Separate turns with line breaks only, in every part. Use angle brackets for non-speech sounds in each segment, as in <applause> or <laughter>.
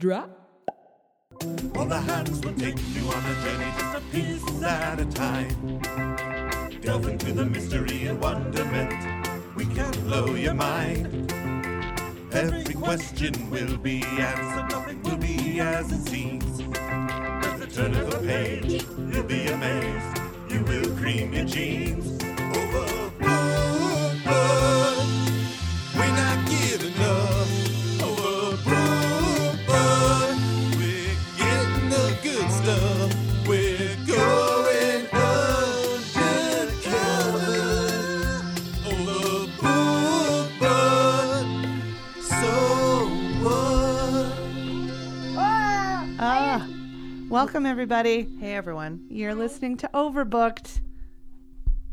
drop.
All the hands will take you on a journey just a piece at a time. Delve into the mystery and wonderment. We can blow your mind. Every question will be answered, nothing will be as it seems. At the turn of a page, you'll be amazed. You will cream your jeans. Overboard, we're not giving up. Oh, Overboard, uh. we're getting the good stuff. We're going undercover. Oh, Overboard, uh, so uh. what?
Ah, welcome everybody. Hey everyone. You're listening to Overbooked,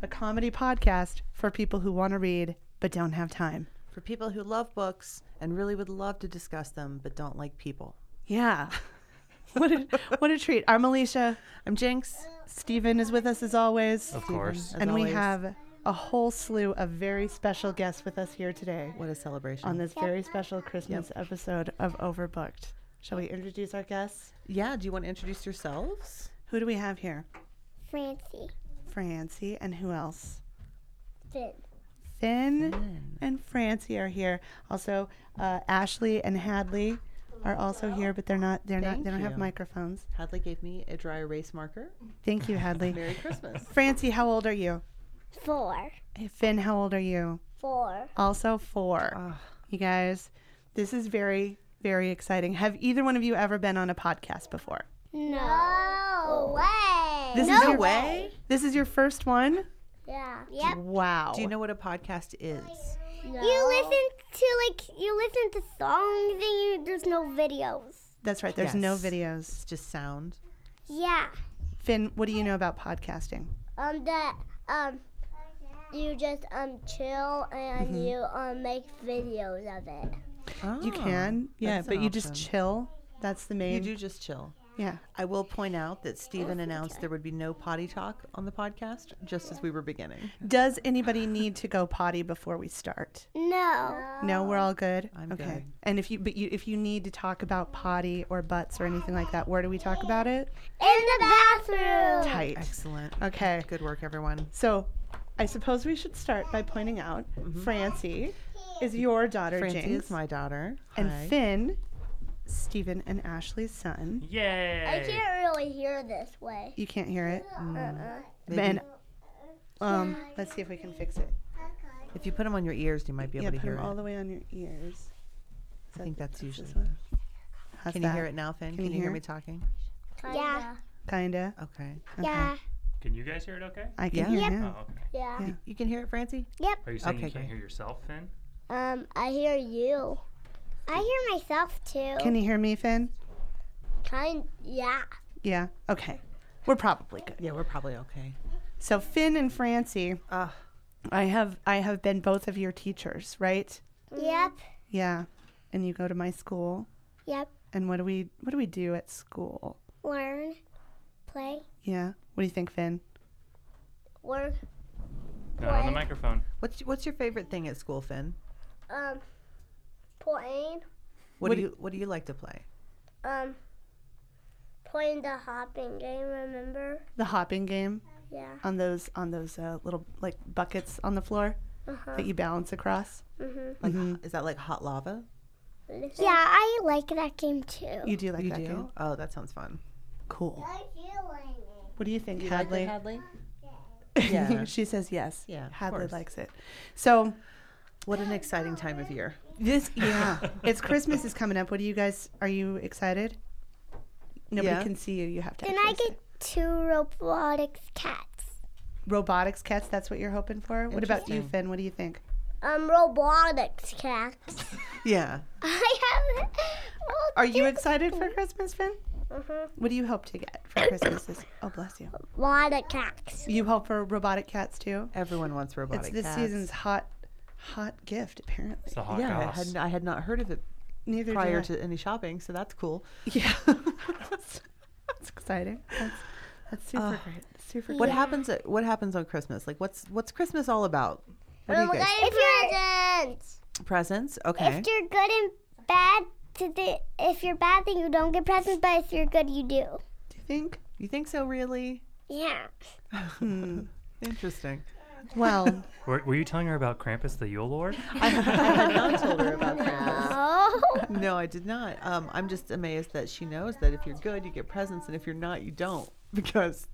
a comedy podcast for people who want to read but don't have time.
for people who love books and really would love to discuss them but don't like people.
Yeah. <laughs> what a what a treat. I'm Alicia.
I'm Jinx.
Steven is with us as always.
Of course.
as
and we
always.
have a whole slew of very special guests with us here today
what a celebration.
on this very special Christmas episode of Overbooked. Shall we introduce our guests?
yeah, do you want to introduce yourselves?
Who do we have here?
Francie.
Francie and who else?
Finn.
Finn, and Francie are here. Also, uh, Ashley and Hadley are also here, but they're not. They're not.
Thank
They don't have
you.
microphones.
Hadley gave me a dry erase marker.
Thank
<laughs>
you, Hadley.
Merry
<laughs>
Christmas.
Francie, how old are you?
Four.
Hey, Finn, how old are you?
Four.
Also four.
Ah.
You guys, this is very, very exciting. Have either one of you ever been on a podcast before?
No way.
This is
no
your,
way.
This is your first one.
Yeah. Yep.
Wow.
Do you know what a podcast is?
You listen to like you listen to songs and you, there's no videos.
That's right. There's no
Yes.
videos.
It's just sound.
Yeah.
Finn, what do you know about podcasting?
Um. That. Um. You just um chill and
Mm-hmm.
you um make videos of it.
You
Oh,
can, yeah,
that's
but
an
you just
option.
chill. That's the main.
You do just chill.
Yeah.
I will point out that Steven announced there would be no potty talk on the podcast just as we were beginning.
Does anybody need to go potty before we start?
No.
No, we're all good.
Um, I'm good.
And if you but you if you need to talk about potty or butts or anything like that, where do we talk about it?
In the bathroom.
Tight.
Excellent.
Okay.
Good work, everyone.
So, I suppose we should start by pointing out Francie is your daughter
Mm-hmm. Francie
Jinx
is my daughter.
and
Hi.
Finn, Stephen and Ashley's son.
I
Yay!
can't really hear this way.
You can't hear it.
Mm,
Uh-uh.
And um, let's see if we can fix it.
Uh,
If you put them on your ears, you might be
Yeah,
able to
put
hear
them
it.
all the way on your ears.
I think that's usually.
this one. How's
Can you
that?
hear it now, Finn? Can, you hear me talking?
Yeah.
Kinda.
Okay.
Okay.
Yeah.
Can you guys hear it okay?
I can
Yeah.
hear
Yep.
now.
Oh, okay.
Yeah.
Yeah.
You can hear it, Francie?
Yep.
Are you saying
Okay,
you can't
great.
hear yourself, Finn?
Um, I hear you. I hear myself too.
Can you
Oh.
hear me, Finn?
kind yeah.
Yeah. Okay. We're probably good.
Yeah, we're probably okay.
So Finn and Francie,
Uh,
I have I have been both of your teachers, right?
Yep.
Yeah. And you go to my school.
Yep.
And what do we what do we do at school?
Learn. Play.
Yeah. What do you think, Finn?
Work.
Not on the
What?
microphone.
what's what's your favorite thing at school, Finn?
Um playing.
What
What, do
do-
you What do you like to play?
Um playing the hopping game, remember?
The hopping game
Yeah.
on those on those uh, little like buckets on the floor
uh-huh,
that you balance across.
Mhm.
Like, is that like hot lava?
Yeah, I like that game too.
You do like
you
that
do?
game.
Oh, that sounds fun.
Cool. What do you think, Hadley? <laughs>
Hadley? Yeah.
she says yes.
Yeah, of
Hadley
course.
likes it. So
What an exciting time of year!
This
<laughs>
yeah, it's Christmas is coming up. What do you guys? Are you excited? Nobody
Yeah.
can see you. You have to.
Then I
actually
get two robotics cats.
say- robotics cats. That's what you're hoping for. What about you, Finn? What do you think?
Um robotics cats. <laughs>
Yeah.
I have
Are you excited for Christmas, Finn?
Mhm.
What do you hope to get for Christmas? This- oh, bless
<coughs>
you.
robotic cats?
You hope for robotic cats too.
Everyone wants robotic
It's this
cats.
season's hot, hot gift apparently.
It's the hot
Yeah, I
goss.
had I had not heard of it
Neither
prior
do
to any shopping, so that's <laughs> cool.
I. <laughs> yeah. That's exciting. That's, that's super great. Super.
What
great.
happens at, What happens on Christmas? Like, what's what's Christmas all about? What do you guys?
If you're,
Presents. Okay.
if you're good and bad, to the if you're bad then you don't get presents, but if you're good you do.
Do you think?
You think so, really?
Yeah.
Interesting. <laughs>
Well,
Were, were you telling her about Krampus the Yule Lord?
I, I had not told her <laughs> about that.
Oh.
No, I did not. Um, I'm just amazed that she knows that if you're good, you get presents, and if you're not, you don't. <laughs> Because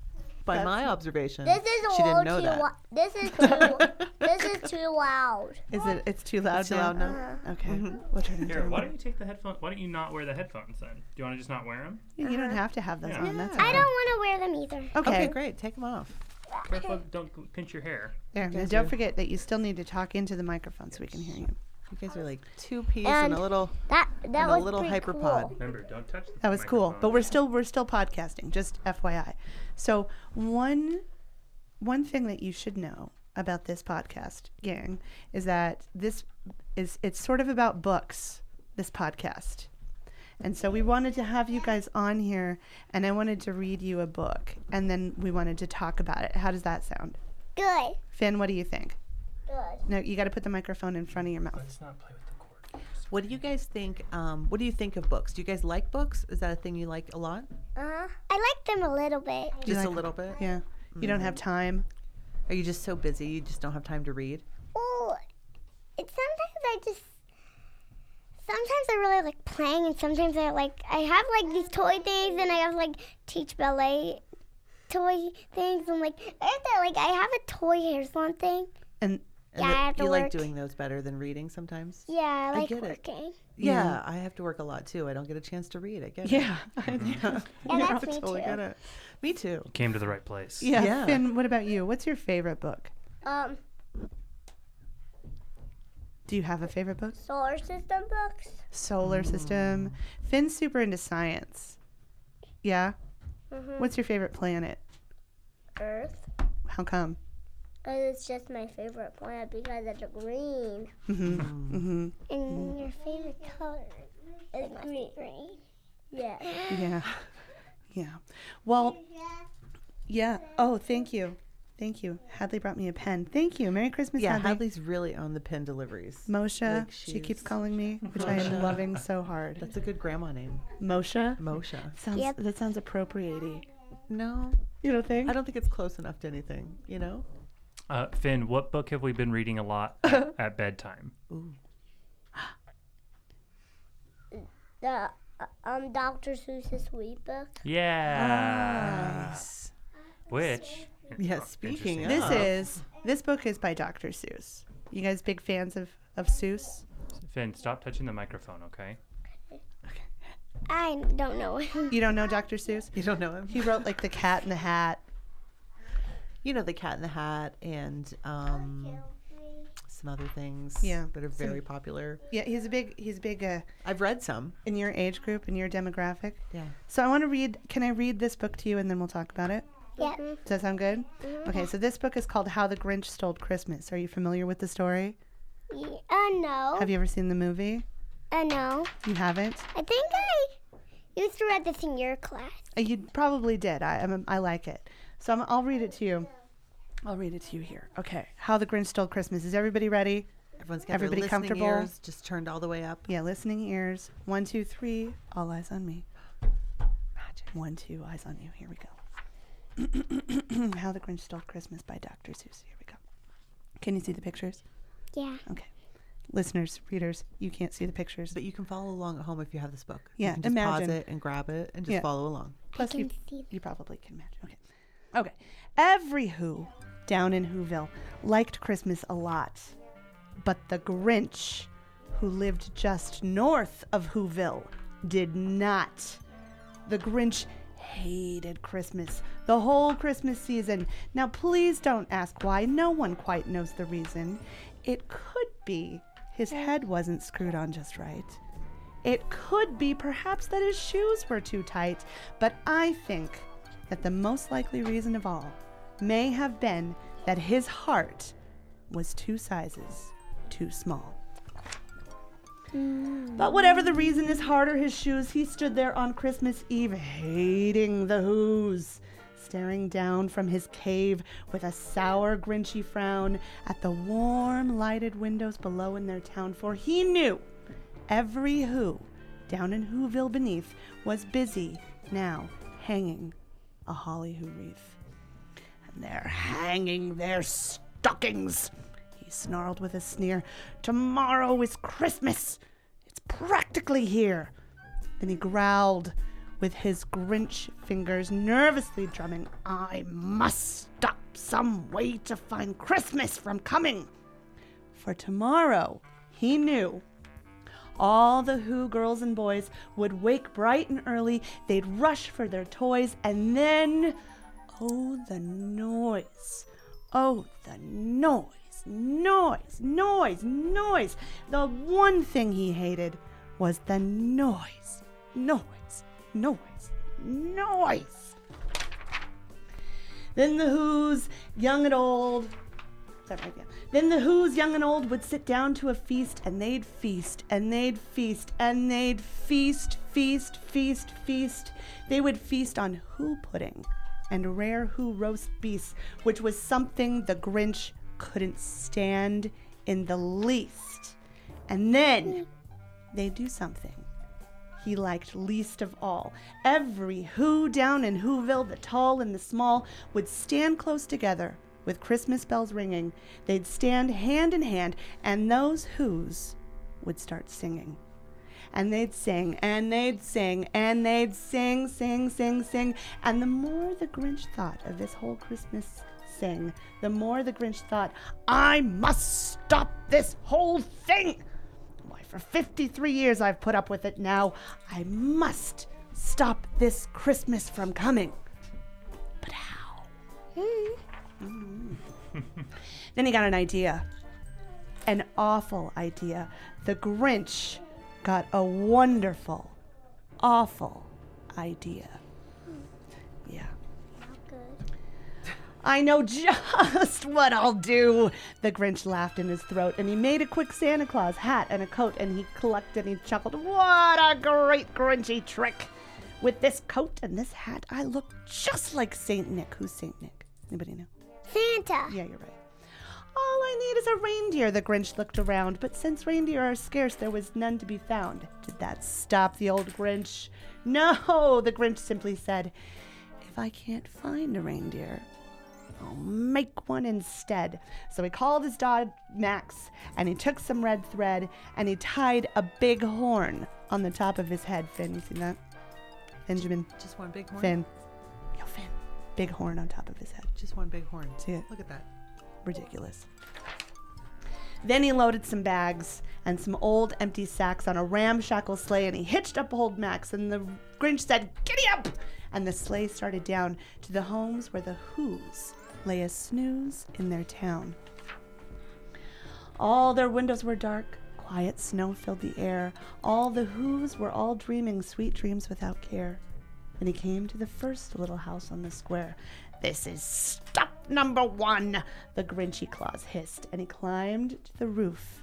by my observation,
This is
she
all
didn't
too.
know that.
Wa- this
<laughs>
is too. this is too loud.
is it? It's too loud Uh-huh.
Too
now.
loud now.
Okay, we'll turn it
Here,
down.
why don't you take the headphones? Why don't you not wear the headphones then? Do you want to just not wear them?
You don't have to have those
Yeah.
on. That's
Uh-huh. I
okay.
don't want to wear them either.
Okay,
Okay, great. Take them off.
Careful, don't g- pinch your hair.
there. Now
Thank
don't
you.
forget that you still need to talk into the microphone so we can hear you.
You guys are like two peas and, a
And-
little
That that
and a
was
little
pretty
hyperpod.
cool.
Remember, don't touch. The
That was cool. But
microphone.
we're still we're still podcasting, just FYI. So one one thing that you should know about this podcast, gang, is that this is it's sort of about books, this podcast. And so we wanted to have you guys on here and I wanted to read you a book and then we wanted to talk about it. How does that sound?
Good.
Finn, what do you think?
Good.
No, you got to put the microphone in front of your mouth.
Let's not play with the cord.
What do you guys think? Um, what do you think of books? Do you guys like books? Is that a thing you like a lot?
Uh huh. I like them a little bit.
You
Just a
like-
little bit?
Yeah. You don't have time.
Are you just so busy you just don't have time to read?
Well, it sometimes I just. Sometimes I really like playing, and sometimes I like I have like these toy things, and I have like teach ballet toy things, and like aren't there like I have a toy hair salon thing.
And
And
Yeah,
that
I have to
you
work.
like doing those better than reading sometimes?
Yeah, I like
get it.
working.
Yeah. I have to work a lot too. I don't get a chance to read. <laughs> I get it.
yeah.
Yeah, that's me
totally
too.
get it. Me too.
Came to the right place.
yeah.
Yeah.
Finn, what about you? What's your favorite book?
Um,
Do you have a favorite book?
solar system books.
Solar system. Finn's super into science. Yeah.
Mhm.
What's your favorite planet?
Earth.
How come?
It's just my favorite plant because it's green.
Mm-hmm. Mm-hmm.
And
Mm.
your favorite color is green. green. Yeah.
Yeah. Yeah. Well. <laughs> Yeah. Oh, thank you. Thank you. Hadley brought me a pen. Thank you. Merry Christmas,
Yeah,
Hadley.
Hadley's really on the pen deliveries.
Moshe.
Like
she keeps
she's-
calling me, which I am loving so hard.
That's a good grandma name,
Moshe.
Moshe.
Sounds.
Yep.
That sounds appropriating.
No,
You don't think?
I don't think it's close enough to anything. You know,
Uh, Finn, what book have we been reading a lot at, at bedtime?
The uh, um Dr. Seuss's sweet book.
Yeah.
Nice.
Which?
Yeah,
Oh,
speaking
interesting.
of-
This
Oh.
is this book is by Dr. Seuss. You guys big fans of of Seuss?
Finn, stop touching the microphone, okay?
I don't know. <laughs>
You don't know Dr. Seuss?
you don't know him.
He wrote like The Cat in the Hat.
you know, the Cat in the Hat and um, some other things.
Yeah,
that are very popular.
Yeah, he's a big he's big uh,
I've read some.
in your age group in your demographic.
Yeah.
So I want to read. Can I read this book to you and then we'll talk about it?
yeah.
Does that sound good?
Mm-hmm.
Okay. So this book is called How the Grinch Stole Christmas. Are you familiar with the story?
Ye- Uh,
Oh.
no.
Have you ever seen the movie?
Uh, no.
You haven't.
I think I used to read this in your class.
Uh, You probably did. I I'm, I like it. So I'm, I'll read it to you. I'll read it to you here. Okay. How the Grinch Stole Christmas. Is everybody ready?
Everyone's got
Everybody
their listening
comfortable?
ears just turned all the way up.
Yeah, listening ears. One, two, three. All eyes on me. Magic. One, two, eyes on you. Here we go. <clears throat> How the Grinch Stole Christmas by Dr. Seuss. Here we go. Can you see the pictures?
Yeah.
Okay. Listeners, readers, you can't see the pictures.
But you can follow along at home if you have this book.
Yeah,
you can just
imagine.
pause it and grab it and just
Yeah.
follow along.
Plus, you,
can see
you probably can imagine. Okay. Okay. Every who down in Whoville liked Christmas a lot. But the Grinch, who lived just north of Whoville, did not. The Grinch hated Christmas the whole Christmas season. Now, please don't ask why. No one quite knows the reason. It could be his head wasn't screwed on just right. It could be perhaps that his shoes were too tight, but I think that the most likely reason of all may have been that his heart was two sizes too small. But whatever the reason, his heart or his shoes, he stood there on Christmas Eve hating the Who's, staring down from his cave with a sour, grinchy frown at the warm, lighted windows below in their town, for he knew every who down in Whoville beneath, was busy now hanging a holly hoo wreath. And they're hanging their stockings, he snarled with a sneer. Tomorrow is Christmas. It's practically here. Then he growled with his Grinch fingers nervously drumming, I must stop some way to find Christmas from coming. For tomorrow, he knew, all the Who girls and boys would wake bright and early, they'd rush for their toys, and then, oh, the noise. Oh, the noise, noise, noise, noise. The one thing he hated was the noise, noise, noise, noise. Then the Who's, young and old, that right, yeah. Then the Who's, young and old, would sit down to a feast, and they'd feast, and they'd feast, and they'd feast, feast, feast, feast. They would feast on Who pudding and rare Who roast beef, which was something the Grinch couldn't stand in the least. And then they do something he liked least of all. Every who down in Whoville, the tall and the small, would stand close together with Christmas bells ringing. They'd stand hand in hand, and those who's would start singing. And they'd sing, and they'd sing, and they'd sing, sing, sing, sing. And the more the Grinch thought of this whole Christmas sing, the more the Grinch thought, I must stop this whole thing. Why, for 53 years I've put up with it now. I must stop this Christmas from coming. But how? then he got an idea. An awful idea. The Grinch got a wonderful, awful idea. Yeah.
Good.
I know just <laughs> what I'll do. The Grinch laughed in his throat, and he made a quick Santa Claus hat and a coat, and he clucked and he chuckled. What a great Grinchy trick! With this coat and this hat, I look just like Saint Nick. Who's Saint Nick? Anybody know?
Santa.
Yeah, you're right. All I need is a reindeer, the Grinch looked around, but since reindeer are scarce, there was none to be found. Did that stop the old Grinch? No, <laughs> the Grinch simply said, If I can't find a reindeer, I'll make one instead. So he called his dog Max, and he took some red thread, and he tied a big horn on the top of his head. Finn, you seen that? Benjamin,
Just one big horn.
Finn. Yo, Finn. Big horn on top of his head
Just one big horn.
See it?
Look at that.
ridiculous. Then he loaded some bags and some old empty sacks on a ramshackle sleigh and he hitched up old Max and the Grinch said, Giddy up! And the sleigh started down to the homes where the Who's lay a snooze in their town. All their windows were dark, quiet snow filled the air. All the Who's were all dreaming sweet dreams without care. Then he came to the first little house on the square. This is stop number one, the Grinchy Claus hissed, and he climbed to the roof,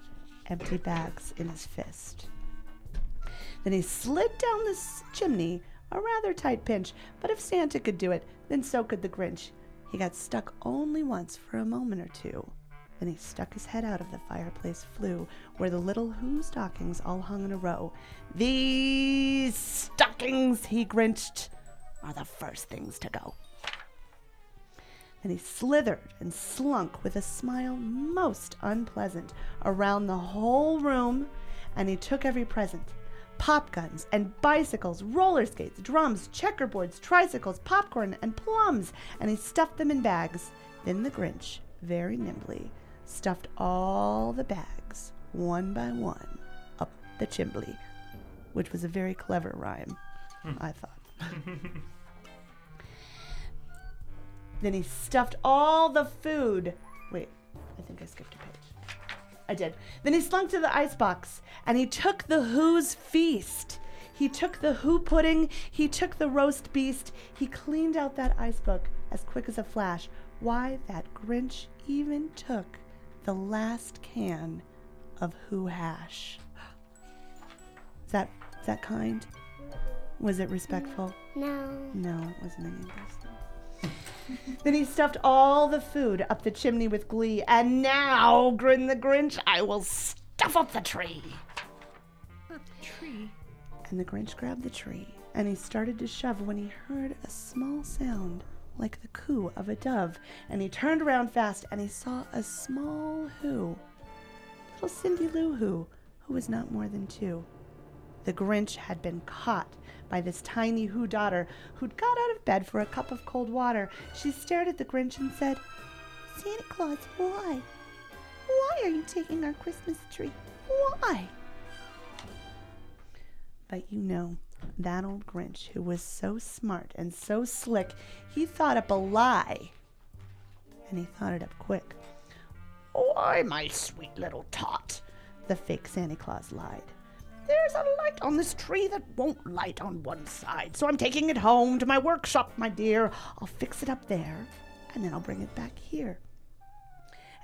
empty bags in his fist. Then he slid down the s- chimney, a rather tight pinch, but if Santa could do it, then so could the Grinch. He got stuck only once for a moment or two. Then he stuck his head out of the fireplace flue, where the little Who stockings all hung in a row. These stockings, he grinched, are the first things to go. Then he slithered and slunk with a smile most unpleasant around the whole room, and he took every present pop guns and bicycles, roller skates, drums, checkerboards, tricycles, popcorn, and plums, and he stuffed them in bags. Then the Grinch, very nimbly, stuffed all the bags, one by one, up the chimbley, which was a very clever rhyme, I thought. Then he stuffed all the food. Wait, I think I skipped a page. I did. Then he slunk to the icebox and he took the Who's feast. He took the Who pudding, he took the roast beast, he cleaned out that icebook as quick as a flash. Why that Grinch even took the last can of Who hash. Is that, is that kind? Was it respectful?
No.
No, it wasn't any of those things. then he stuffed all the food up the chimney with glee, and now, grinned the Grinch, I will stuff up the tree. Tree? And the Grinch grabbed the tree, and he started to shove when he heard a small sound like the coo of a dove. And he turned around fast and he saw a small who, little Cindy Lou Who, who was not more than two. The Grinch had been caught by this tiny Who daughter who'd got out of bed for a cup of cold water. She stared at the Grinch and said, Santa Claus, why? Why are you taking our Christmas tree? Why? But you know, that old Grinch who was so smart and so slick, he thought up a lie. And he thought it up quick. Why, my sweet little tot, the fake Santa Claus lied. There's a light on this tree that won't light on one side, so I'm taking it home to my workshop, my dear. I'll fix it up there, and then I'll bring it back here.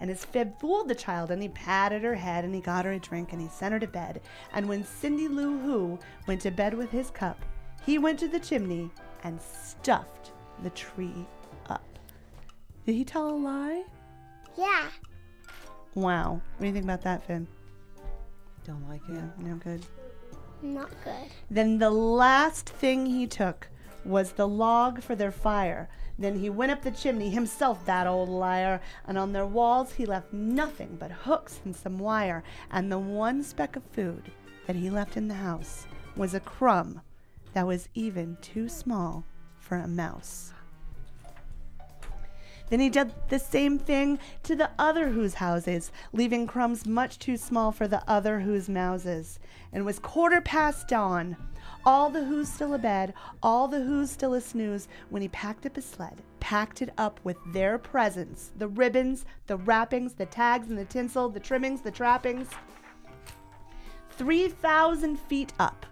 And his fib fooled the child, and he patted her head, and he got her a drink, and he sent her to bed. And when Cindy Lou Who went to bed with his cup, he went to the chimney and stuffed the tree up. Did he tell a lie?
Yeah.
Wow. What do you think about that, Finn?
Don't like it.
Yeah, no good.
Not good.
Then the last thing he took was the log for their fire. Then he went up the chimney himself, that old liar, and on their walls he left nothing but hooks and some wire, and the one speck of food that he left in the house was a crumb that was even too small for a mouse. Then he did the same thing to the other whose houses, leaving crumbs much too small for the other whose mouses. And it was quarter past dawn. All the who's still abed, all the who's still a snooze, when he packed up his sled, packed it up with their presents the ribbons, the wrappings, the tags and the tinsel, the trimmings, the trappings. 3,000 feet up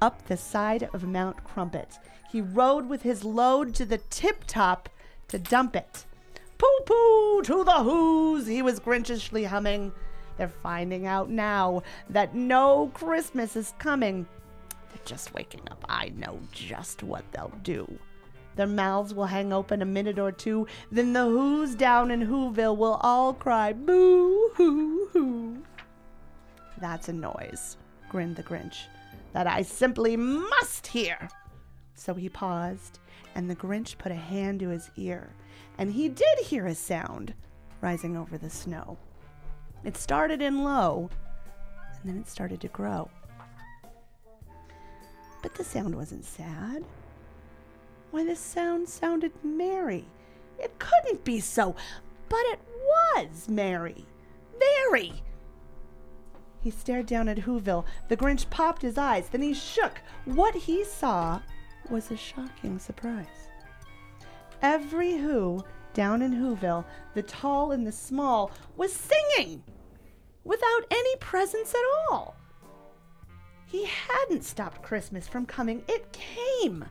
up the side of Mount Crumpet. He rode with his load to the tip top to dump it. Pooh pooh to the whoos, he was grinchishly humming. They're finding out now that no Christmas is coming. They're just waking up. I know just what they'll do. Their mouths will hang open a minute or two, then the whoos down in Whoville will all cry boo hoo hoo. That's a noise, grinned the Grinch, that I simply must hear. So he paused, and the Grinch put a hand to his ear, and he did hear a sound rising over the snow. It started in low, and then it started to grow. But the sound wasn't sad. Why, the sound sounded merry. It couldn't be so, but it was merry. Very. He stared down at Whoville. The Grinch popped his eyes. Then he shook. What he saw was a shocking surprise. Every Who down in Whoville, the tall and the small, was singing without any presents at all. He hadn't stopped Christmas from coming. It came.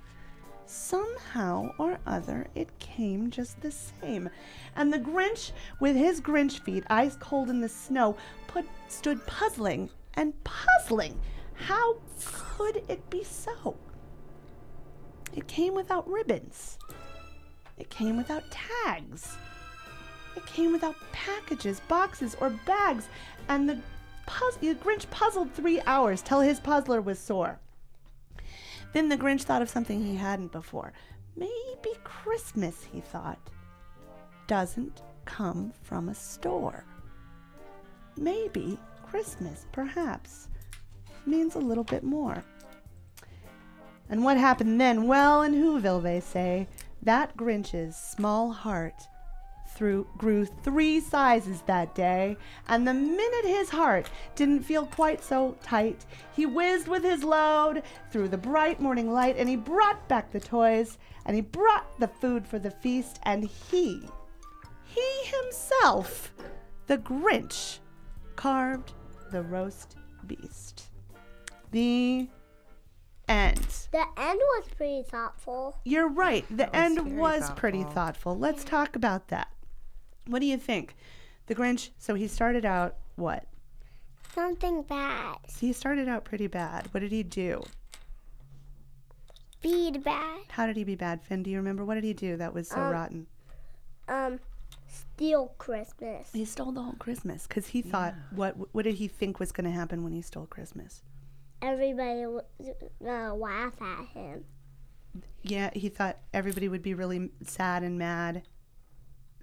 Somehow or other, it came just the same. And the Grinch, with his Grinch feet ice cold in the snow, put, stood puzzling and puzzling. How could it be so? It came without ribbons. It came without tags. It came without packages, boxes, or bags. And the, puzz- the Grinch puzzled three hours till his puzzler was sore. Then the Grinch thought of something he hadn't before. Maybe Christmas, he thought, doesn't come from a store. Maybe Christmas, perhaps, means a little bit more. And what happened then? Well, in Whoville, they say, that Grinch's small heart through, grew three sizes that day, and the minute his heart didn't feel quite so tight, he whizzed with his load through the bright morning light, and he brought back the toys, and he brought the food for the feast, and he, he himself, the Grinch, carved the roast beast. The end.
The end was pretty thoughtful.
You're right. The
was
end
very
was pretty
thoughtful.
thoughtful. Let's talk about that. What do you think? The Grinch, so he started out what?
Something bad.
He started out pretty bad. What did he do?
Bead bad.
How did he be bad, Finn? Do you remember? What did he do that was so
Uh,
rotten?
Um, steal Christmas.
He stole the whole Christmas because he thought, what, what did he think was going to happen when he stole Christmas?
everybody w- uh, laugh at him.
Yeah, he thought everybody would be really sad and mad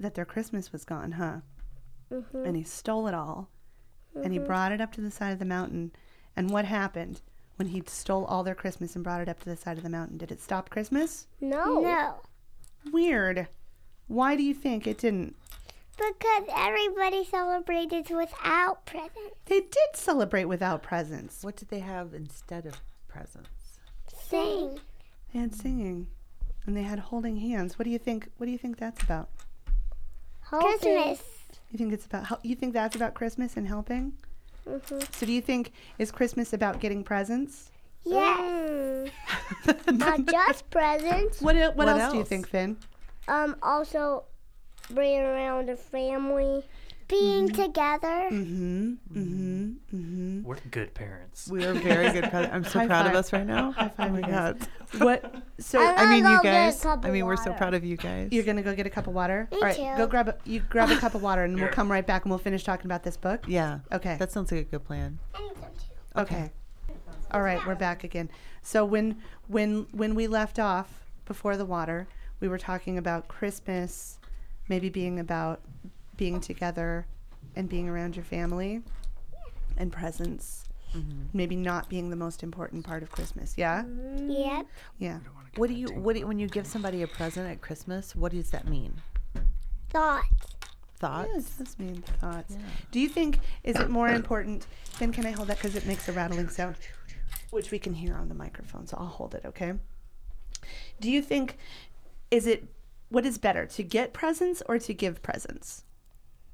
that their Christmas was gone, huh? And he stole it all. And he brought it up to the side of the mountain. And what happened when he stole all their Christmas and brought it up to the side of the mountain? Did it stop Christmas?
No. No.
Weird. Why do you think it didn't?
Because everybody celebrated without presents.
They did celebrate without presents.
What did they have instead of presents?
Sing.
They had singing and they had holding hands. What do you think what do you think that's about?
Christmas.
You think it's about hel- you think that's about Christmas and helping?
Mm-hmm.
So do you think is Christmas about getting
<laughs>
presents?
Yes. Mm. <laughs> Not just presents.
What, el- what,
What
else, do you
else?
think, Finn?
Um, also bring around the family. Mm. Being together.
Mm-hmm. Mm-hmm. Mm-hmm.
We're good parents.
We were very good. Pre- I'm so
High
proud
five.
of us right now.
High five,
oh my
you guys.
god.
What? So
I'm
I mean,
gonna
you
go get a
guys.
cup
I
of
mean, we're so
water.
proud of you guys.
you're gonna go get a cup of water.
Me
All right,
too.
go grab a you grab a cup of water, and we'll come right back and we'll finish talking about this book.
yeah.
Okay.
That sounds like a good plan.
I need some too.
Okay. All right, we're back again. So when when when we left off before the water, we were talking about Christmas, maybe being about being together and being around your family and presents. Maybe not being the most important part of Christmas. Yeah?
Yep.
Yeah.
What do you? What do you, when you give somebody a present at Christmas? What does that mean?
Thoughts.
Thoughts.
Yes, those mean thoughts. Do you think is it more important? Then can I hold that because it makes a rattling sound, which we can hear on the microphone. So I'll hold it. Okay. Do you think is it what is better to get presents or to give presents?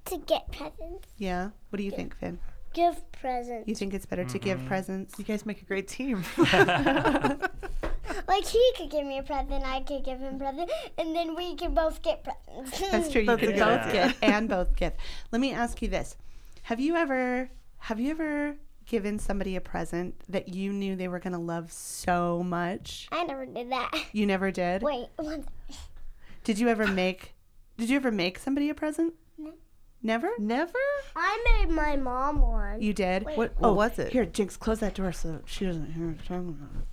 To get presents.
Yeah. What do you think, Finn?
Give presents.
You think it's better to give presents?
You guys make a great <laughs> team.
<laughs>
Like he could give me a present, I could give him a present, and then we could both get <laughs> presents.
That's true. You
That's
can
a
both
good idea.
get <laughs> and both give. Let me ask you this: Have you ever have you ever given somebody a present that you knew they were going to love so much?
I never did that. <laughs>
You never did.
Wait, one
Did you ever make? Did you ever make somebody a present? Never.
Never.
I made my mom one.
You did.
Wait.
What? What was it?
Oh, Here, Jinx, close that door so she doesn't hear us talking about it.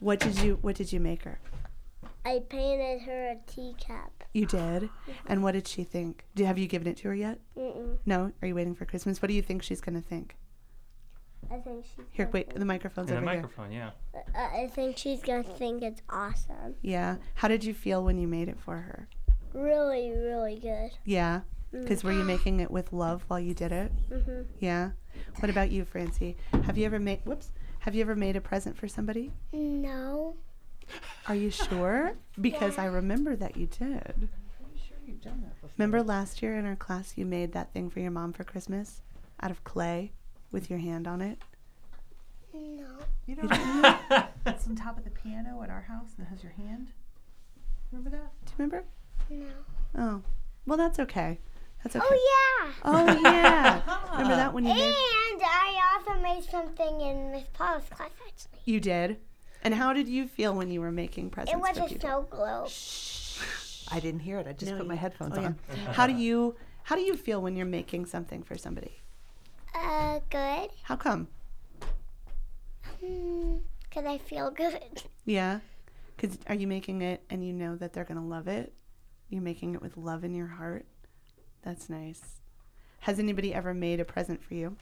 What did you What did you make her?
I painted her a teacup.
You did. And what did she think? Do have you given it to her yet?
Mm-mm.
No. Are you waiting for Christmas? What do you think she's gonna think?
I think she's.
Here,
gonna
wait.
think-
The microphone's
In the
over here.
microphone, yeah.
Uh, I think she's gonna think it's awesome.
Yeah. How did you feel when you made it for her?
Really, really good.
Yeah. Because were you making it with love while you did it?
Mm-hmm.
Yeah. What about you, Francie? Have you ever made? Whoops. Have you ever made a present for somebody?
No.
Are you sure? Because I remember that you did. Remember last year in our class you made that thing for your mom for Christmas out of clay with your hand on it?
No.
You don't remember
<laughs>
that's on top of the piano at our house and it has your hand? Remember that?
Do you remember?
No.
Oh. Well, that's okay. That's okay.
Oh yeah.
Oh, yeah. remember that when you made?
<laughs> And I also made something in Miss Paula's class actually.
You did. And how did you feel when you were making presents
It was
for
a
people?
snow globe.
I didn't hear it. I just
No,
put my
you-
headphones
oh, yeah.
on.
how do you how do you feel when you're making something for somebody?
Uh, good.
How come?
Hmm. Cause I feel good.
Yeah. Cuz are you making it and you know that they're going to love it? You're making it with love in your heart. That's nice. Has anybody ever made a present for you?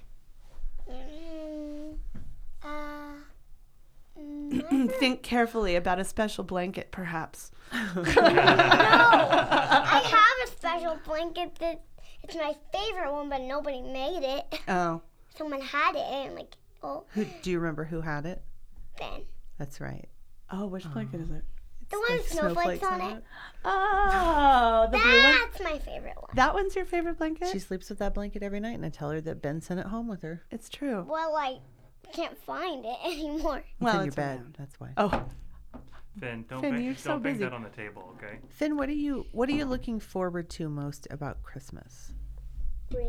Mm, uh, mm, <laughs>
Hmm, Think carefully about a special blanket perhaps.
<laughs>
I have a special blanket that it's my favorite one, but nobody made it.
Oh,
Someone had it, and like, oh,
Who, do you remember who had it?
Ben.
That's right.
oh, which blanket is it?
The one with
There's
snowflakes, on it.
Oh, the blue one.
That's my favorite one.
That one's your favorite blanket?
She sleeps with that blanket every night, and I tell her that Ben sent it home with her.
it's true.
Well, I can't find it <laughs> anymore.
It's
Well,
in your
it's
bed.
around.
That's why.
Oh,
Finn, don't
Finn,
bang,
you're
don't
so
bang
busy.
that on the table, okay?
Finn, what are you what are you looking forward to most about Christmas?
<laughs> Green.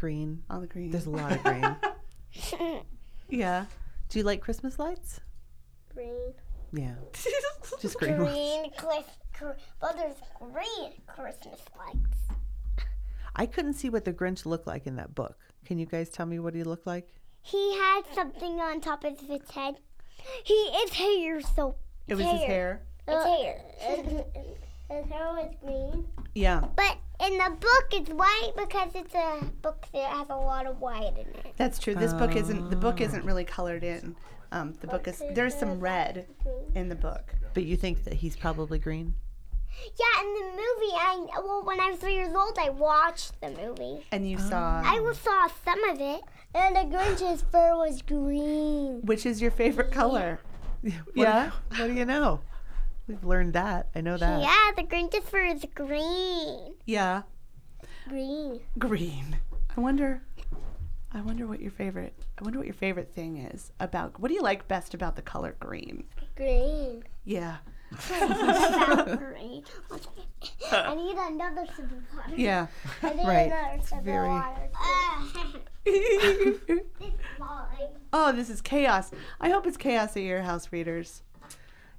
Green.
all the green.
There's a lot of green.
<laughs> Yeah.
do you like Christmas lights?
Green.
<laughs> Yeah. Just green ones.
Green. Cliff, cr- well, there's green Christmas lights.
I couldn't see what the Grinch looked like in that book. Can you guys tell me what he looked like?
he had something on top of his head. He it's hair so
It was his hair.
It's hair. Uh, <laughs> his hair was green.
Yeah,
But in the book it's white because it's a book that has a lot of white in it.
that's true. This book isn't the book isn't really colored in. Um, the book is there's some red in the book.
But you think that he's probably green?
Yeah, in the movie I well when I was three years old I watched the movie.
And you saw
I was- saw some of it. And the Grinch's fur was green.
which is your favorite color?
What do- what do you know? We've learned that. I know
Uh.
that.
Yeah, the Grinch's fur is green.
Yeah,
Green.
green. I wonder. I wonder what your favorite. I wonder what your favorite thing is about. What do you like best about the color green?
Green.
<laughs> Yeah,
About green. I need another sip of water.
<laughs> yeah.
I need
Right.
another sip
very-
of
<laughs>
water. Ah,
oh,
it's falling.
this is chaos. I hope it's chaos at your house, readers.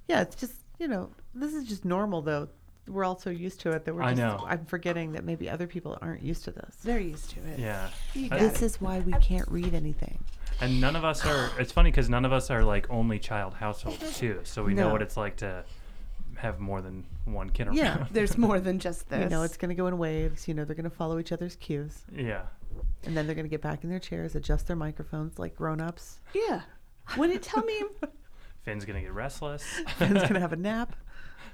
Yeah, it's just you know, this is just normal though. We're all so used to it that we're.
I
Just,
know.
I'm forgetting that maybe other people aren't used to this.
They're used to it.
Yeah.
This <laughs> is why we can't read anything.
And none of us are. It's funny because none of us are like only child
<laughs>
households too, so we
No.
know what it's like to have more than one kid around.
Yeah,
There's more than just this.
You know, it's going to go in waves. You know, they're going to follow each other's cues,
<laughs> yeah.
and then they're going to get back in their chairs, adjust their microphones like grown-ups.
yeah. Would it tell
<laughs>
me? <laughs>
Finn's gonna get restless.
Finn's going to have a nap.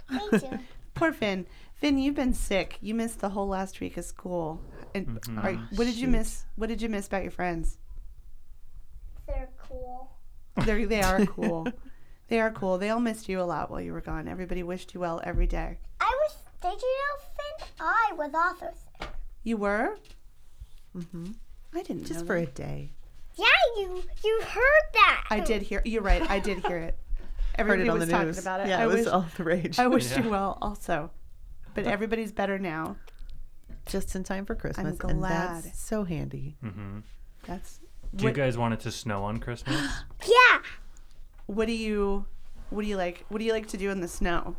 Me <laughs> too.
Poor Finn. Finn, you've been sick. You missed the whole last week of school. And
Mm-hmm.
are- what did you miss? What did you miss about your friends?
They're cool.
<laughs>
They're, they are cool. they are cool. They all missed you a lot while you were gone. Everybody wished you well every day.
I was. Did you know, Finn? I was also. sick.
You were? Mm-hmm.
Mhm.
I didn't
Just
know
for
that.
a day.
Yeah, you you heard that.
I did hear. You're right. I did hear
<laughs>
it.
Heard
Everybody
it on
was
the
talking
news.
about it.
Yeah,
I
it was
wish,
all the rage. <laughs>
I wished
Yeah.
you well also. But everybody's better now.
just in time for Christmas, and
glad.
that's so handy.
hmm
That's
<laughs> Do you guys want it to snow on Christmas?
<gasps>
Yeah.
what do you what do you like? What do you like to do in the snow?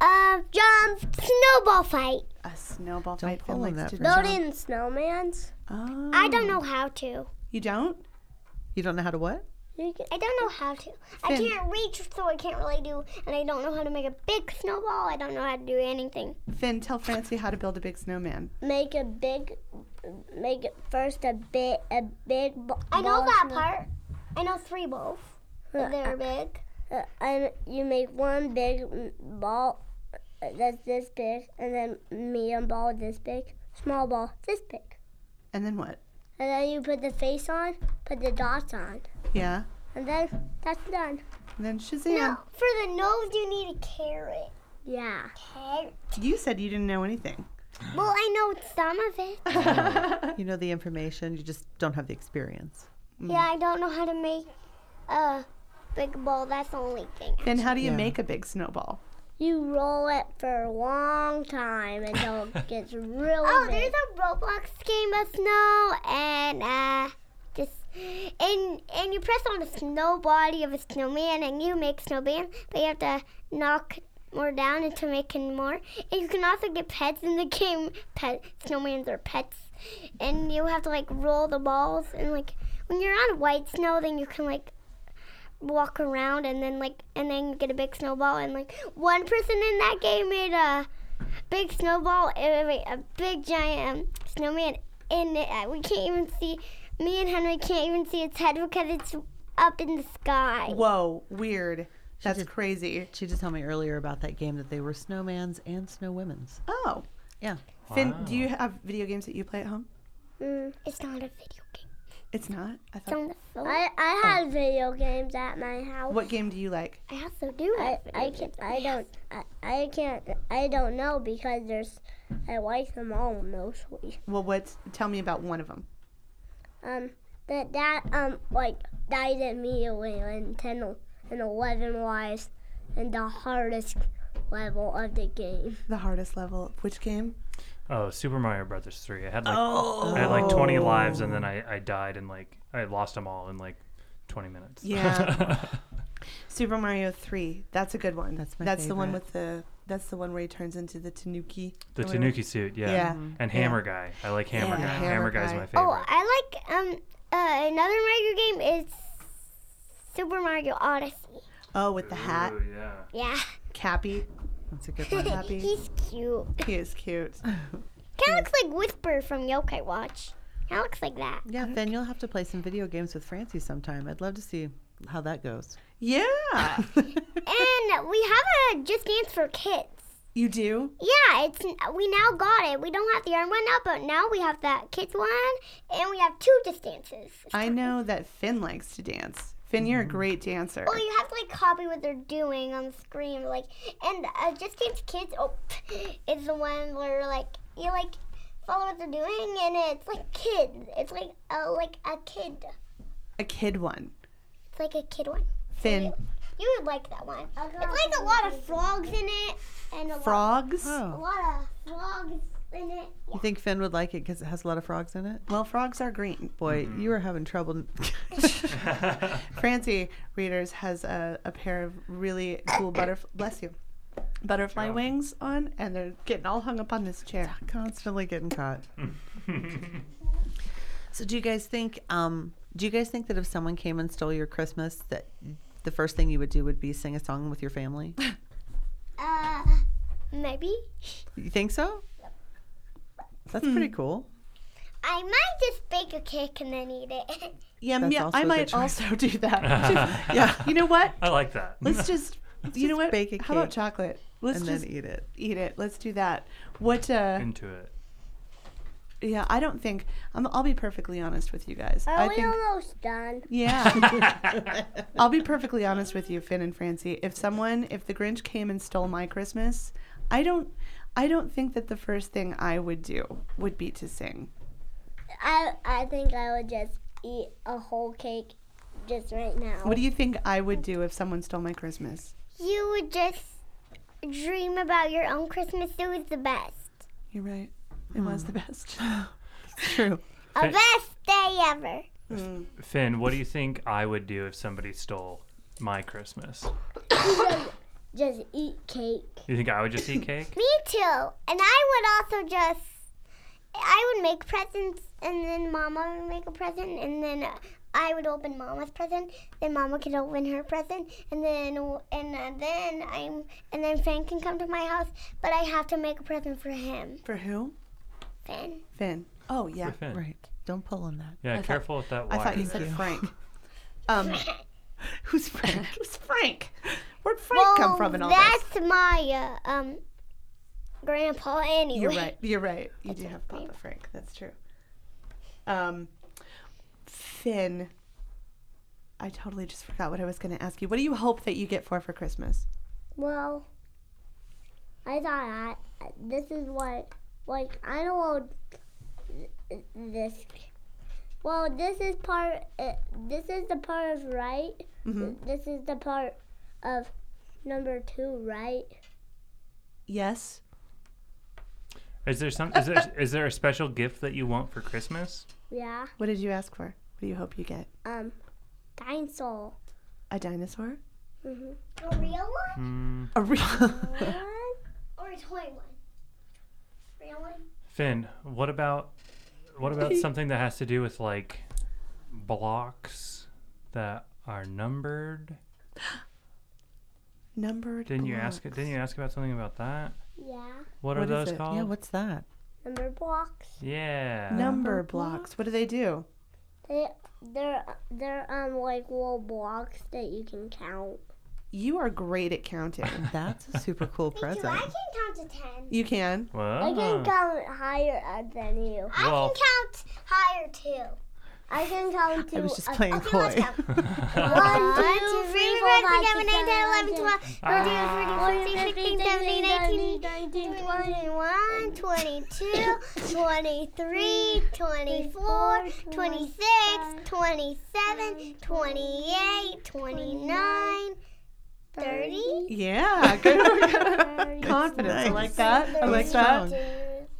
Um, jump, snowball fight,
A snowball
Don't
fight. Finn
pull on
likes
that
to
for
jump.
building snowmans.
Oh.
I don't
Hmm.
know how to.
You don't?
You don't know how to what?
I don't know how to. I
Finn.
can't reach, so I can't really do. And I don't know how to make a big snowball. I don't know how to do anything.
Finn, tell Francie how to build a big snowman.
Make a big, make it first a big, a big. Ball I know that part. I know three balls. They're big.
uh, and you make one big mm, ball uh, that's this big, and then medium ball this big, small ball this big.
And then what?
And then you put the face on, put the dots on,
Yeah.
and then that's done.
And then Shazam.
No, for the nose, you need a carrot.
Yeah.
Carrot.
You said you didn't know anything.
Well, I know some of it.
You know the information, you just don't have the experience.
Mm. Yeah, I don't know how to make a big ball. That's the only thing.
Then how do you
Yeah.
make a big snowball?
You roll it for a long time until
<laughs>
it gets really
Oh,
big.
there's a Roblox game of snow, and uh, just and and you press on the snow body of a snowman, and you make snowman, but you have to knock more down and to make it more. And you can also get pets in the game. Pet snowmans are pets, and you have to like roll the balls, and like when you're on white snow, then you can like walk around and then like and then you get a big snowball and like one person in that game made a big snowball eh, wait, wait, a big giant um, snowman and it, uh, we can't even see me and henry can't even see its head because it's up in the sky
Whoa, weird. That's
did-
crazy.
She did tell me earlier about that game that they were snowmans and snow women's.
Oh.
Yeah.
Finn,
Wow.
do you have video games that you play at home?
Mm.
it's not a video game
It's not. I
it's
thought.
on the phone i,
I, I had video games at my house.
What game do you like?
also do
I,
have
I can
video games.
I don't I, I can't I don't know because there's I like them all mostly.
Well, what's Tell me about one of them.
um that that um like died immediately in ten o- and eleven lives and the hardest level of the game.
The hardest level. Which game?
Oh, Super Mario Brothers three. I had like
Oh.
I had like twenty lives, and then I, I died and like I lost them all in like twenty minutes.
Yeah. Super Mario Three. That's a good one.
That's my
That's the one
favorite.
with the. That's the one where he turns into the Tanuki.
<laughs> the
or whatever.
Tanuki suit. Yeah.
Yeah.
And Hammer Guy. I like Hammer
Yeah,
Guy.
Hammer
Hammer Guy's
Guy. Oh,
my favorite.
oh i like um Uh, another Mario game is Super Mario Odyssey.
Oh, with the hat,
Ooh, yeah.
Yeah,
Cappy.
That's a good
<laughs>
one.
Happy.
he's cute.
He is cute. <laughs>
Kind of looks like Whisper from Yokai Watch. Kind of looks like that.
Yeah, Finn, you'll have to play some video games with Francie sometime. I'd love to see how that <laughs> goes.
Yeah,
And we have a Just Dance for Kids.
you do.
Yeah, it's we now got it. We don't have the yarn one now, but now we have that kids one, and we have two just dances.
I know that Finn likes to dance. Finn, you're a great dancer.
Well, you have to like copy what they're doing on the screen, like, and uh, just dance kids. Oh, <laughs> is the one where like you like follow what they're doing, and it's like kids. It's like a like a kid.
A kid one.
It's like a kid one.
Finn,
You would like that one. It's like a lot of frogs in it, and a lot,
frogs.
a
Oh,
lot of frogs in it.
you think Finn would like it because it has a lot of frogs in it?
Well, frogs are green.
Boy, you are having <laughs> trouble.
<laughs>
Francie Readers has a, a pair of really <coughs> cool butterfly. Bless you. Butterfly wings on, and they're getting all hung up on this chair.
Constantly getting caught. so, do you guys think? Um, do you guys think that if someone came and stole your Christmas, that the first thing you would do would be sing a song with your family?
Uh, maybe.
You think so? That's pretty cool.
I might just bake a cake and then eat it.
Yeah,
That's
yeah.
also a
I
good
might
choice.
also do <laughs>
<laughs>
that. yeah. You know <laughs> what?
I like that. <laughs>
Let's just. you know
just
what?
bake a
How about
cake
chocolate? Let's
and
just
then eat it.
eat it. Let's do that. What? Uh,
into it.
yeah. I don't think. I'm, I'll be perfectly honest with you
Oh,
guys.
<laughs> Are
I
we
think.
almost done?
Yeah. <laughs> I'll be perfectly honest with you, Finn and Francie. If someone, if the Grinch came and stole my Christmas, I don't, I don't think that the first thing I would do would be to sing.
I I think I would just eat a whole cake just right now.
What do you think I would do if someone stole my Christmas?
you would just dream about your own Christmas. It was the best.
You're right. It was the <laughs> best.
True.
A
Fin-
best day ever.
Finn, what do you think I would do if somebody stole my Christmas?
Just eat cake.
You think I would just
<laughs>
eat cake?
Me too. And I would also just. I would make presents, and then Mama would make a present, and then uh, I would open Mama's present, then Mama could open her present, and then and uh, then I'm and then Finn can come to my house, but I have to make a present for him,
For who?
Finn.
Finn. Oh yeah.
For Finn.
Right. Don't pull on that.
Yeah, careful with that
I
wire.
thought you said
<laughs>
Frank. Um, <laughs> who's Frank? <laughs> who's Frank? Where'd Frank come from in all this?
Oh, that's my uh, um grandpa anyway.
You're right. You're right. You do have Papa Frank. That's true. Um, Finn, I totally just forgot what I was going to ask you. What do you hope that you get for for Christmas?
Well, I thought I, this is what like I don't know th- this. Well, this is part. Uh, this is the part of right. This is the part of number two, right?
Yes.
Is there some?
<laughs>
Is there, is there a special gift that you want for Christmas?
Yeah.
What did you ask for? What do you hope you get?
Um, dinosaur. Mm-hmm.
A <laughs> dinosaur?
A real one
Mm,
A real. Hmm. <laughs>
or a toy one? Real one.
Finn, what about
<laughs>
what about something that has to do with like blocks that are numbered?
Numbered.
Didn't you
block.
ask? Didn't you ask about something about that?
Yeah.
What,
What
are
is
those
it? Yeah,
called?
Yeah, what's that?
Number blocks.
Yeah.
Number blocks. What do they do?
They they're they're um like little blocks that you can count.
You are great at counting.
That's <laughs> a super cool
So I
present.
can count to ten.
<laughs> you can.
Whoa.
I can count higher uh, than you.
I
Well-
can count higher too.
I can count to. uh,
I was just
a-
playing
Okay, let's
coy.
count.
<laughs>
<laughs>
One,
One,
two, three, four, five, six, seven, eight, nine, ten.
Ah.
two, three, four, five, six, seven, eight, nine, ten. One, two, three, four, five, six, seven, eight, nine, ten. One, two, three, four, five,
<laughs>
six, seven, eight, nine, ten. 21, 22, 23, 24, 26, 27, 28, 29, 30.
Yeah.
<laughs>
<laughs> Good. Confidence. I like that. I like that.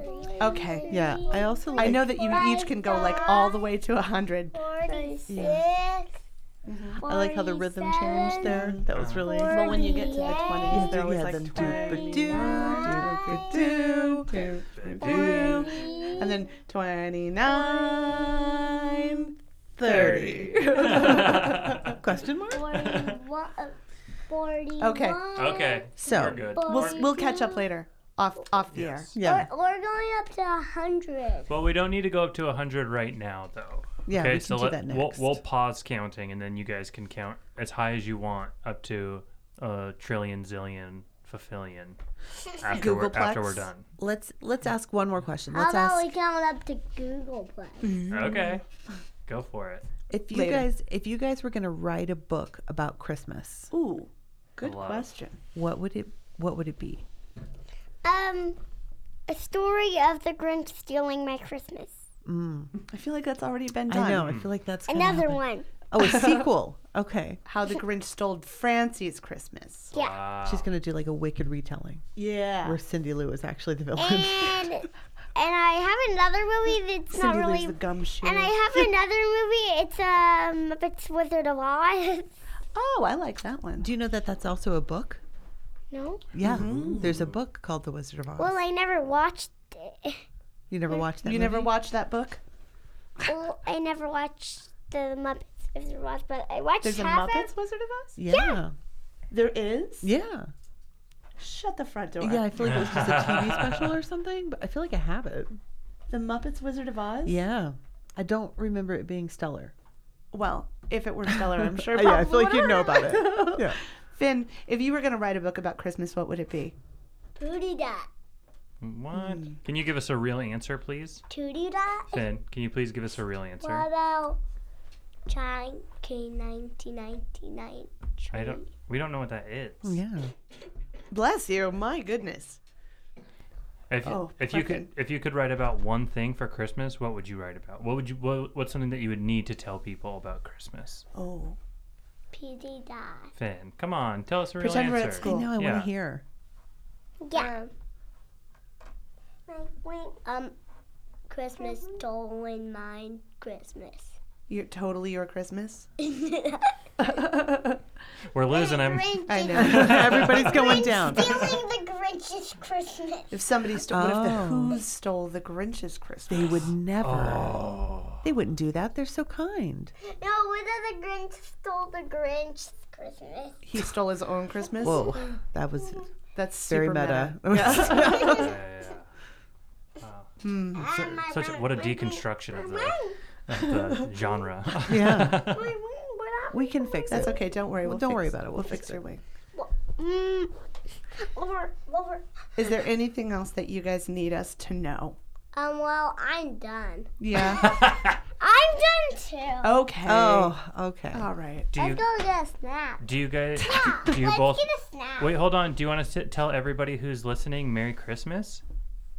Oh,
Okay.
Yeah, I also
I
like
know that you each can go like all the way to a hundred.
46.
I like how the rhythm changed there. That was really
But when you get to the twenties, they're always like do, do, do, and then twenty nine,
<laughs> 30. Question mark?
41, uh, 41.
Okay.
Okay.
So-
we're good.
We'll s- we'll catch up later off off the air.
Yes.
Yeah.
We're, we're going up to 100.
Well, we don't need to go up to 100 right now, though.
Yeah, we
okay,
can
so
do
let,
that
We'll,
next.
we'll pause counting, and then you guys can count as high as you want, up to a trillion, zillion, fulfillion. After we're, after we're
Googleplex?
done.
Let's let's ask one more question.
How
Let's
about
ask
we count up to Google Play?
Okay. Go for it.
if you
later.
guys if you guys were going to write a book about Christmas,
Ooh, good
Hello.
question.
what would it what would it be?
Um, a story of the Grinch stealing my Christmas.
I feel like that's already been done.
I know. I feel like that's gonna
Another
happen.
one.
Oh, a
<laughs>
sequel. Okay.
How the Grinch stole Francie's Christmas.
Yeah.
Wow.
She's going to do like a wicked retelling
Yeah.
where Cindy Lou is actually the villain.
And and I have another movie that's not
Cindy leaves
really.
the gumshoe.
And I have another movie. It's um, Muppets Wizard of Oz.
oh, I like that one.
do you know that that's also a book?
no.
Yeah. There's a book called The Wizard of Oz.
Well, I never watched. It.
you never watched that
You never
movie?
watched that book?
Well, I never watched the Muppets Wizard of Oz, but I watched
There's a
half of.
Muppets Wizard of Oz?
Yeah.
There is?
Yeah.
Shut the front door.
Yeah, I feel like it was just a <laughs> TV special or something, but I feel like I have it.
The Muppets Wizard of Oz?
Yeah. I don't remember it being stellar.
Well, if it were stellar,
<laughs>
I'm sure.
yeah, I
Bob
feel like
would
you'd know
have.
about it. Yeah.
Finn, if you were going to write a book about Christmas, what would it be?
Booty dot.
What?
mm.
Can you give us a real answer, please?
Tootie dot.
Finn, can you please give us a real answer?
What about Chang K 1999?
I don't. We don't know what that is.
<laughs> Yeah.
Bless you. My goodness.
If,
Oh,
if you could, if you could write about one thing for Christmas, what would you write about? What would you? What, what's something that you would need to tell people about Christmas?
Oh.
PD dot.
Finn, come on, tell us a real
Pretend we're
answer.
at
I
school.
know, I
Yeah.
want to <laughs> hear.
Yeah. Um, um, Christmas stolen mine
<laughs>
Christmas.
You're totally your
<laughs>
Christmas?
We're losing him.
I
Grinch
know. <laughs>
<laughs> Everybody's going down.
is stealing the Grinch's Christmas.
If somebody stole, what if the
Oh.
Who stole the Grinch's Christmas?
They would never.
Oh,
They wouldn't do that. They're so kind.
No, whether the Grinch stole the Grinch's Christmas.
He stole his own Christmas.
Whoa. That was
That's super
very
meta.
meta. <laughs>
yeah, yeah, yeah. Wow.
Ah,
Such what a deconstruction of the, of the genre.
Yeah. we can fix
That's
it.
okay. Don't worry. We'll
don't
fix-
worry about it.
We'll
We'll fix
fix our way.
Mm. Over, over.
Is there anything else that you guys need us to
<laughs>
know?
Um, well, I'm done.
Yeah.
I'm done too.
okay.
Oh, okay.
All right.
<laughs> do you
Let's go get a snack.
do you guys do you
Let's
both?
get a snack.
Wait, hold on. Do you want to tell everybody who's listening Merry Christmas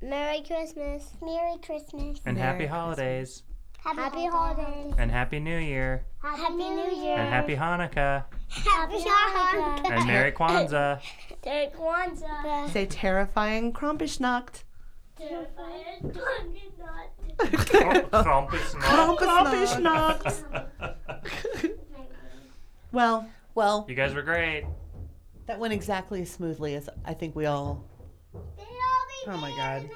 Merry Christmas. Merry Christmas.
and Happy
Merry
Holidays
Happy, holidays.
and Happy New Year
Happy, New Year.
and Happy Hanukkah
Happy Hanukkah. <laughs>
and Merry Kwanzaa.
Merry Kwanzaa.
Say terrifying Krampusnacht.
Oh,
Krampusnacht. well,
Well,
<laughs> You guys were great.
that went exactly as smoothly as I think we all.
Oh
my God.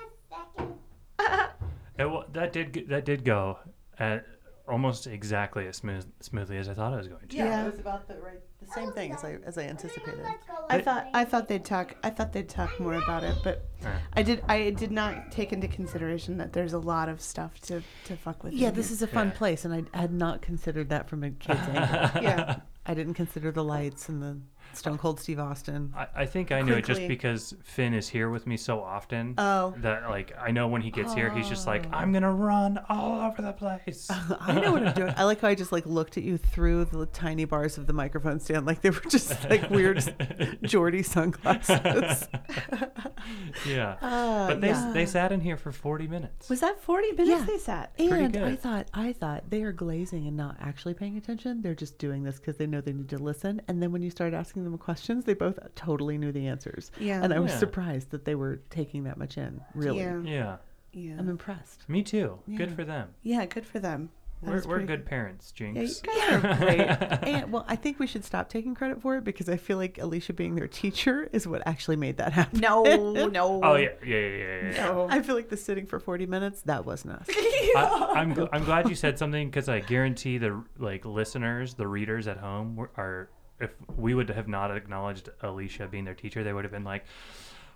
It, wa- that did g- that did go at almost exactly as smooth, smoothly as I thought it was going to.
Yeah.
was about the right, the same thing as I as I anticipated.
I thought I thought they'd talk. I thought they'd talk more about it, but I did. I did not take into consideration that there's a lot of stuff to to fuck with.
Yeah,
in
this
here.
is a fun
Yeah.
place, and I had not considered that from a kid's angle.
<laughs>
Yeah.
I didn't consider the lights and the Stone Cold Steve Austin.
I, I think I knew it just
Crinkly.
because Finn is here with me so often
Oh.
that like I know when he gets here he's just like I'm gonna run all over
<laughs>
the place.
I know what I'm doing. I like how I just like looked at you through the tiny bars of the microphone stand, like they were just like weird Geordie sunglasses.
<laughs>
<laughs>
yeah,
Uh,
but they s they sat in here for 40 minutes.
Was that 40 minutes
Yeah.
they sat?
And I
good.
thought, I thought they are glazing and not actually paying attention. They're just doing this because they know they need to listen. And then when you started asking them questions, they both totally knew the answers.
Yeah.
And I was
Yeah.
surprised that they were taking that much in. Really,
Yeah.
yeah,
Yeah.
<laughs>
I'm impressed.
me too. Good for them.
Yeah, good for them. That
We're,
was
we're
pretty
good parents, Jinx.
guys are great. and well, I think we should stop taking credit for it because I feel like Alicia being their teacher is what actually made that happen.
<laughs> No, no.
<laughs> oh yeah, yeah, yeah, yeah. yeah, yeah.
I feel like the sitting for 40 minutes, that wasn't <laughs> us.
I, I'm gl- I'm glad you said something because I guarantee the like listeners, the readers at home were, are if we would have not acknowledged Alicia being their teacher, they would have been like,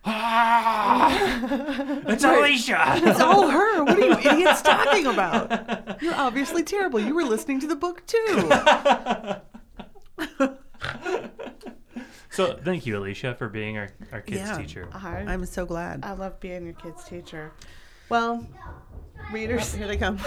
ah,
<laughs>
it's Alicia.
It's all Oh, her. What are <laughs> you idiots talking about? You're obviously terrible. You were listening to the book too.
so thank you, Alicia, for being our our kids
Yeah.
teacher.
I,
<laughs> I'm so glad.
I love being your kid's teacher. Well, readers,
Here they
<laughs>
come.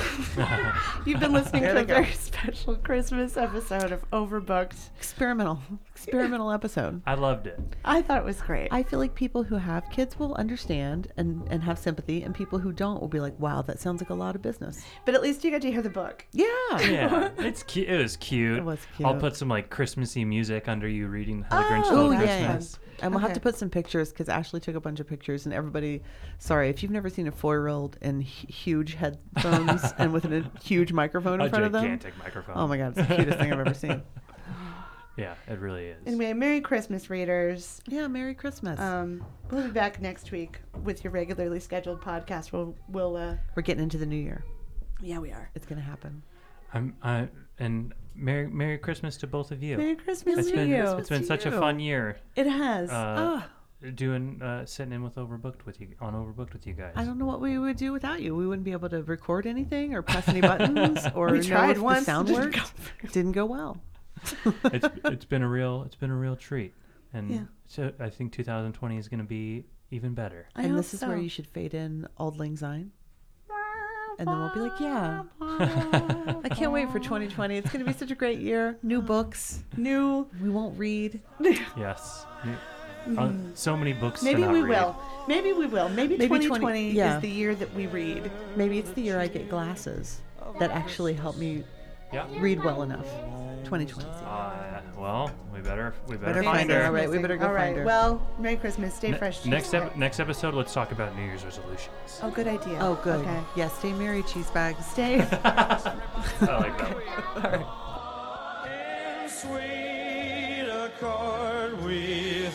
you've been listening to
they
a
go.
very <laughs> special Christmas episode of Overbooked.
Experimental. Experimental episode.
I loved it.
I thought it was great.
I feel like people who have kids will understand and, and have sympathy, and people who don't will be like, wow, that sounds like a lot of business.
but at least you got to hear the book.
Yeah. <laughs>
Yeah, it's cute. It was cute.
It was
I'll
cute.
put some like Christmassy music under you reading How the Grinch
Oh,
Stole
yeah.
Christmas.
And we'll have to
Okay.
put some pictures because Ashley took a bunch of pictures, and everybody, sorry, if you've never seen a four year old in hu- huge headphones
<laughs>
<laughs>
and with a huge microphone in
A
front of them.
gigantic microphone.
Oh my God, it's the cutest thing I've ever seen.
<laughs> Yeah, it really is.
Anyway, Merry Christmas, readers.
Yeah, Merry Christmas.
Um, we'll be back next week with your regularly scheduled podcast. We'll, we'll, uh,
We're getting into the new year.
yeah, we are.
It's going to happen.
I'm I and Merry Merry Christmas to both of you.
Merry Christmas
It's
to
been
you.
it's been
to
such
you. Ah.
a fun year
it has. <laughs>
uh, <laughs> doing uh, sitting in with overbooked with you on overbooked with you guys.
I don't know what we would do without you. We wouldn't be able to record anything or press
<laughs>
any buttons or
We
know
tried
if
once,
the
it
sound
didn't
worked. Didn't go well.
<laughs>
<laughs>
It's it's been a real it's been a real treat, and
Yeah.
so I think 2020 is going to be even better.
I
and
hope
this is where
so.
you should fade in Auld Lang Syne. And then we'll be like, yeah. I can't wait for 2020. It's going to be such a great year. New books.
new.
We won't read.
<laughs> Yes,
Mm.
New- uh, so many books.
Maybe
to not
we
read.
will. Maybe we will. Maybe,
Maybe
2020
20 yeah.
is the year that we read.
Maybe it's the year I get glasses that actually help me
Yeah.
read well enough. 2020.
Uh, well, we better we better,
Better
find
find her.
her.
All right, we better go
All right.
find her.
Well, Merry Christmas. Stay
Ne-
fresh.
next
step.
ep- next episode, let's talk about New Year's resolutions.
Oh, good idea.
Oh, good.
Okay.
Yeah, stay merry, cheese bags.
Stay.
I like
<laughs>
that.
And sweet accord with